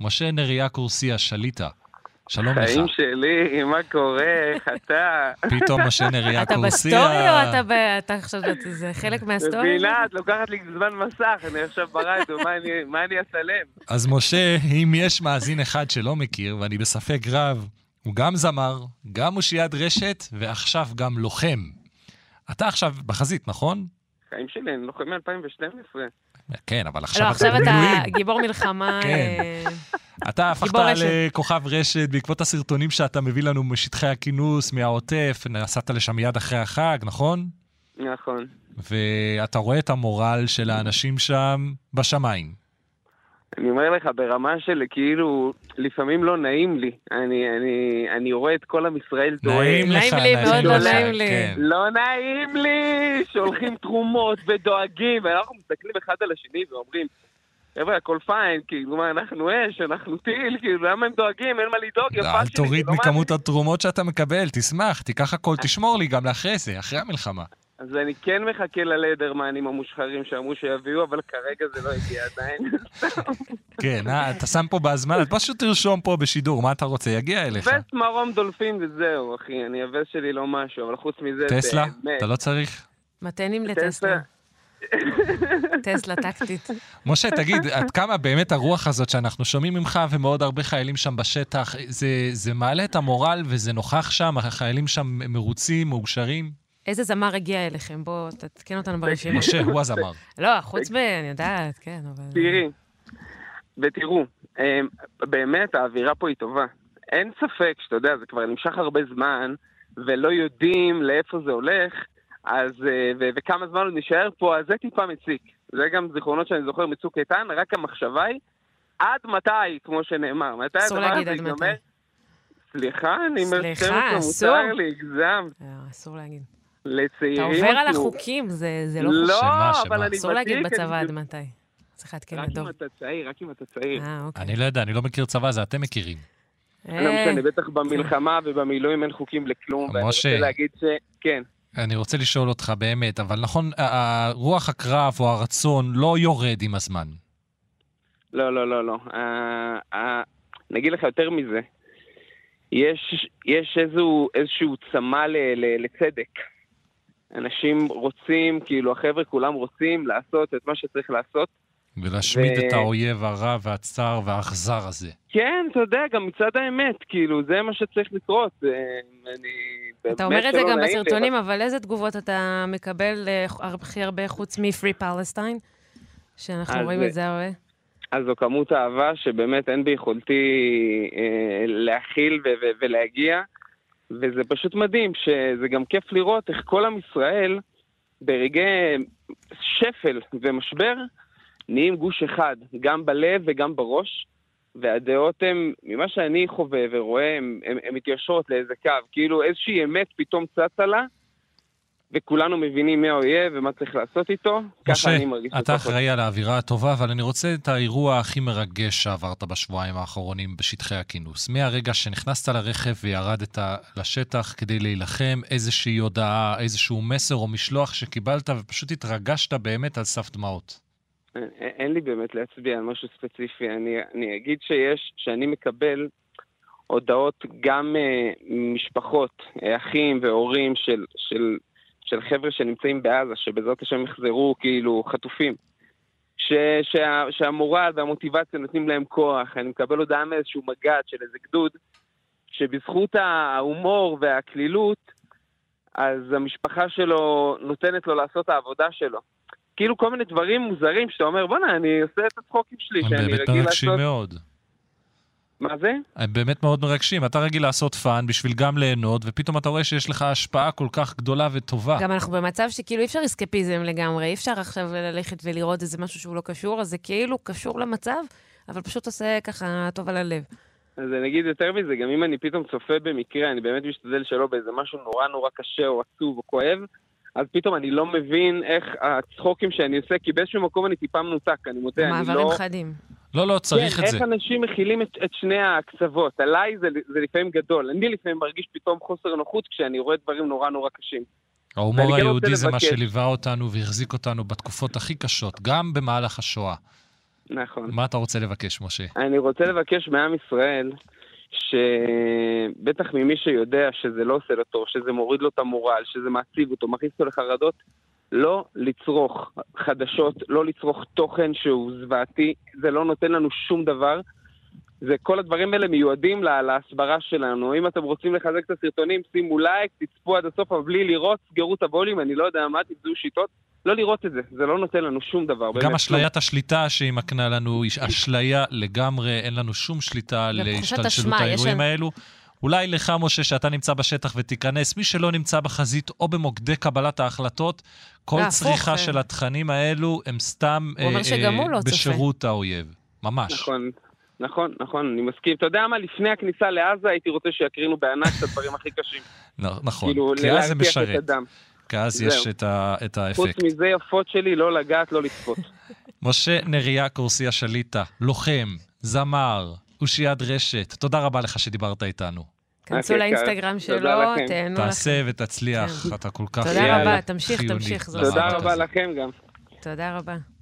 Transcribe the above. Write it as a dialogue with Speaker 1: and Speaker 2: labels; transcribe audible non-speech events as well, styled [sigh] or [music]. Speaker 1: משה נריה קורסיה, שליטה. שלום לך.
Speaker 2: חיים שלי, מה קורה? חטא.
Speaker 1: פתאום משה נריה
Speaker 3: [laughs] אתה
Speaker 1: קורסיה.
Speaker 3: בסטורי או אתה ב... אתה עכשיו, זה חלק לא, מהסטורי?
Speaker 2: מבינה, את לוקחת לי זמן מסך, אני עכשיו ברדיו, מה אני- מה אני אצלם?
Speaker 1: אז משה, אם יש מאזין אחד שלא מכיר, ואני בספק רב, הוא גם זמר, גם אושיית רשת, ועכשיו גם לוחם. אתה עכשיו בחזית, נכון?
Speaker 2: חיים שלי, אני לוחם מ-2012.
Speaker 1: כן, אבל
Speaker 3: לא,
Speaker 1: עכשיו
Speaker 3: עכשיו
Speaker 1: אתה במילואים.
Speaker 3: אתה גיבור מלחמה.
Speaker 1: כן.
Speaker 3: אה,
Speaker 1: אתה הפכת
Speaker 3: גיבור רשת.
Speaker 1: לכוכב רשת בעקבות הסרטונים שאתה מביא לנו משטחי הכינוס, מהעוטף, נסעת לשם מיד אחרי החג, נכון?
Speaker 2: נכון.
Speaker 1: ואתה רואה את המורל של האנשים שם בשמיים.
Speaker 2: אני אומר לך, ברמה של כאילו, לפעמים לא נעים לי. אני, אני, אני רואה את כל עם ישראל דואג.
Speaker 1: נעים לך,
Speaker 3: אה, נעים לי, מאוד
Speaker 2: לא
Speaker 1: לך,
Speaker 3: נעים לי.
Speaker 1: כן.
Speaker 2: לא נעים לי! שולחים תרומות ודואגים, ואנחנו מסתכלים אחד על השני ואומרים, חבר'ה, הכל פיין, כאילו, מה, אנחנו אש, אנחנו טיל, כאילו, למה הם דואגים? אין מה לדאוג, יפה שלי.
Speaker 1: אל תוריד
Speaker 2: לא מה-
Speaker 1: מכמות התרומות שאתה מקבל, תשמח, תיקח הכל, תשמור לי גם לאחרי זה, אחרי המלחמה.
Speaker 2: אז אני כן מחכה ללדרמנים המושחרים שאמרו שיביאו, אבל כרגע זה לא הגיע עדיין.
Speaker 1: כן, אה, אתה שם פה
Speaker 2: [laughs]
Speaker 1: בהזמנה, אז פשוט תרשום פה בשידור, מה אתה רוצה, יגיע אליך.
Speaker 2: וסט מרום דולפין וזהו, אחי, אני הווס שלי לא משהו, אבל חוץ מזה,
Speaker 1: טסלה?
Speaker 2: באמת.
Speaker 1: אתה לא צריך?
Speaker 3: מתנים
Speaker 2: טסלה.
Speaker 3: לטסלה. טסלה טקטית.
Speaker 1: משה, תגיד,
Speaker 2: [laughs]
Speaker 1: עד כמה באמת הרוח הזאת שאנחנו שומעים ממך ומעוד הרבה חיילים שם בשטח, זה, זה מעלה את המורל וזה נוכח שם, החיילים שם מרוצים, מאושרים?
Speaker 3: איזה זמר הגיע אליכם? בוא, תעדכן אותנו
Speaker 2: כן.
Speaker 3: ברשימה.
Speaker 1: משה,
Speaker 2: [laughs]
Speaker 1: הוא הזמר.
Speaker 3: לא, חוץ מ... אני יודעת, כן, אבל...
Speaker 2: תראי, ותראו, אה, באמת האווירה פה היא טובה. אין ספק שאתה יודע, זה כבר נמשך הרבה זמן, ולא יודעים לאיפה זה הולך, אז, אה, ו- וכמה זמן עוד נשאר פה, אז זה טיפה מציק. זה גם זיכרונות שאני זוכר מצוק איתן, רק המחשבה היא, עד מתי, כמו שנאמר, מתי
Speaker 3: אסור
Speaker 2: הדבר
Speaker 3: להגיד
Speaker 2: הזה
Speaker 3: עד מתי.
Speaker 2: ייגמר? סליחה, אני
Speaker 3: סליחה,
Speaker 2: מרצמת,
Speaker 3: אסור.
Speaker 2: מותר לי, הגזם,
Speaker 3: לא, אסור להגיד.
Speaker 2: לצעירים.
Speaker 3: אתה עובר על
Speaker 2: אסור.
Speaker 3: החוקים, זה זה לא חוקי.
Speaker 2: לא,
Speaker 1: שמה,
Speaker 2: אבל
Speaker 1: שמה?
Speaker 2: אני
Speaker 3: אסור להגיד
Speaker 2: ותיק,
Speaker 3: בצבא
Speaker 2: אני-
Speaker 3: עד מתי. צריך לעדכן
Speaker 2: רק אם
Speaker 3: לדור.
Speaker 2: אתה צעיר, רק אם אתה צעיר.
Speaker 3: אה, אוקיי.
Speaker 1: אני לא יודע, אני לא מכיר צבא, זה אתם מכירים.
Speaker 2: לא
Speaker 3: אה,
Speaker 2: משנה, בטח במלחמה ובמילואים אין חוקים לכלום. ואני
Speaker 1: משה.
Speaker 2: רוצה להגיד ש... כן.
Speaker 1: אני רוצה לשאול אותך באמת, אבל נכון, ה- ה- רוח הקרב או הרצון לא יורד עם הזמן.
Speaker 2: לא, לא, לא, לא. אה, אה, אני אגיד לך יותר מזה. יש, יש איזשהו, איזשהו צמא ל, ל, לצדק. אנשים רוצים, כאילו החבר'ה כולם רוצים לעשות את מה שצריך לעשות.
Speaker 1: ולהשמיד
Speaker 2: ו-
Speaker 1: את האויב הרע והצר והאכזר הזה.
Speaker 2: כן, אתה יודע, גם מצד האמת, כאילו, זה מה שצריך לקרות. אה, אני... באמת
Speaker 3: אתה אומר את זה
Speaker 2: שלא נעים
Speaker 3: גם
Speaker 2: לי, אבל-
Speaker 3: בסרטונים, אבל איזה תגובות אתה מקבל אה, הכי הרבה חוץ מ-Free Palestine? שאנחנו
Speaker 2: אז,
Speaker 3: רואים
Speaker 2: אה,
Speaker 3: את זה הרבה.
Speaker 2: אז זו כמות אהבה שבאמת אין ביכולתי אה, להכיל ו- ו- ולהגיע, וזה פשוט מדהים, שזה גם כיף לראות איך כל עם ישראל ברגעי שפל ומשבר נהיים גוש אחד, גם בלב וגם בראש, והדעות הן, ממה שאני חווה ורואה, הן- הן הן מתיישרות לאיזה קו, כאילו איזושהי אמת פתאום צצה לה. וכולנו מבינים מי האויב ומה צריך לעשות איתו, ככה
Speaker 1: משה,
Speaker 2: אני מרגיש.
Speaker 1: אתה
Speaker 2: לפחות.
Speaker 1: אחראי על האווירה הטובה, אבל אני רוצה את האירוע הכי מרגש שעברת בשבועיים האחרונים בשטחי הכינוס. מהרגע שנכנסת לרכב וירדת לשטח כדי להילחם, איזושהי הודעה, איזשהו מסר או משלוח שקיבלת, ופשוט התרגשת באמת על סף דמעות.
Speaker 2: אין- אין לי באמת להצביע על משהו ספציפי. אני, אני אגיד שיש, שאני מקבל הודעות גם אה, ממשפחות, אה, אחים והורים של, של, של חבר'ה שנמצאים בעזה, שבעזרת השם יחזרו כאילו חטופים. ש, שה, שהמורל והמוטיבציה נותנים להם כוח. אני מקבל הודעה מאיזשהו מג"ד של איזה גדוד, שבזכות ההומור והקלילות, אז המשפחה שלו נותנת לו לעשות את העבודה שלו. כאילו כל מיני דברים מוזרים שאתה אומר, בואנה, אני עושה את הצחוקים שלי,
Speaker 1: הם
Speaker 2: שאני
Speaker 1: באמת
Speaker 2: רגיל
Speaker 1: מרגשים
Speaker 2: לעשות...
Speaker 1: מאוד.
Speaker 2: מה זה?
Speaker 1: הם באמת מאוד מרגשים. אתה רגיל לעשות פאן בשביל גם ליהנות, ופתאום אתה רואה שיש לך השפעה כל כך גדולה וטובה.
Speaker 3: גם אנחנו במצב שכאילו אי אפשר אסקפיזם לגמרי, אי אפשר עכשיו ללכת ולראות איזה משהו שהוא לא קשור, אז זה כאילו קשור למצב, אבל פשוט עושה ככה טוב על הלב.
Speaker 2: אז אני אגיד יותר מזה, גם אם אני פתאום צופה במקרה, אני באמת משתדל שלא באיזה משהו נורא נורא קשה או עצוב או כואב, אז פתאום אני לא מבין איך הצחוקים שאני עושה, כי באיזשהו מקום אני טיפה מנותק, אני מודה, אני
Speaker 3: מעברים
Speaker 2: לא...
Speaker 3: חדים.
Speaker 1: לא, לא, צריך
Speaker 2: כן,
Speaker 1: את זה.
Speaker 2: איך אנשים מכילים את, את שני הקצוות? עליי זה, זה לפעמים גדול. אני לפעמים מרגיש פתאום חוסר נוחות כשאני רואה דברים נורא נורא קשים. ואני
Speaker 1: ההומור
Speaker 2: גם רוצה
Speaker 1: היהודי זה מה
Speaker 2: לבקש.
Speaker 1: שליווה אותנו והחזיק אותנו בתקופות הכי קשות, גם במהלך השואה.
Speaker 2: נכון.
Speaker 1: מה אתה רוצה לבקש, משה?
Speaker 2: אני רוצה לבקש מעם ישראל, שבטח ממי שיודע שזה לא עושה לו טוב, שזה מוריד לו את המורל, שזה מעציב אותו, מכניס אותו לחרדות, לא לצרוך חדשות, לא לצרוך תוכן שהוא זוועתי, זה לא נותן לנו שום דבר. זה כל הדברים האלה מיועדים לה, להסברה שלנו. אם אתם רוצים לחזק את הסרטונים, שימו לייק, תצפו עד הסוף, אבל בלי לראות, סגרו את הבולים, אני לא יודע מה, תמצאו שיטות. לא לראות את זה, זה לא נותן לנו שום דבר.
Speaker 1: גם
Speaker 2: לא.
Speaker 1: אשליית השליטה שהיא מקנה לנו היא אשליה לגמרי, אין לנו שום שליטה על
Speaker 3: ותחושת
Speaker 1: השתלשלות
Speaker 3: אשמה, יש
Speaker 1: האירועים
Speaker 3: לנו-
Speaker 1: האלו. אולי לך, משה, שאתה נמצא בשטח ותיכנס, מי שלא נמצא בחזית או במוקדי קבלת ההחלטות, כל
Speaker 3: והפוך, אה.
Speaker 1: צריכה של התכנים האלו הם סתם
Speaker 3: הוא אומר
Speaker 1: אה,
Speaker 3: שגם
Speaker 1: אה,
Speaker 3: הוא לא צופה.
Speaker 1: בשירות האויב. ממש.
Speaker 2: נכון, נכון, נכון, אני מסכים. אתה יודע מה, לפני הכניסה לעזה הייתי רוצה שיקרינו בענק את הדברים הכי קשים.
Speaker 1: נ- [laughs] נכון.
Speaker 2: כאילו,
Speaker 1: כי אז זה
Speaker 2: להרתיח את
Speaker 1: משרת,
Speaker 2: הדם.
Speaker 1: כי אז
Speaker 2: זהו.
Speaker 1: יש את ה- את
Speaker 2: חוץ
Speaker 1: האפקט.
Speaker 2: מזה יפות שלי, לא לגעת, לא לצפות.
Speaker 1: נכון, משה נריה קורסיה שליטה, לוחם, זמר, אושיית רשת, תודה רבה לך שדיברת איתנו.
Speaker 3: כנסו
Speaker 2: אוקיי,
Speaker 3: לאינסטגרם
Speaker 2: תודה
Speaker 3: שלו,
Speaker 2: לכם.
Speaker 3: תהנו לכם. כן.
Speaker 1: תעשה ותצליח, אתה כל כך
Speaker 3: תודה
Speaker 1: חיוני.
Speaker 2: רבה,
Speaker 3: תמשיך,
Speaker 1: חיוני
Speaker 3: תמשיך, זה
Speaker 1: למאבק
Speaker 2: תודה
Speaker 3: עזרת.
Speaker 2: רבה
Speaker 1: הזה.
Speaker 2: לכם גם.
Speaker 3: תודה רבה.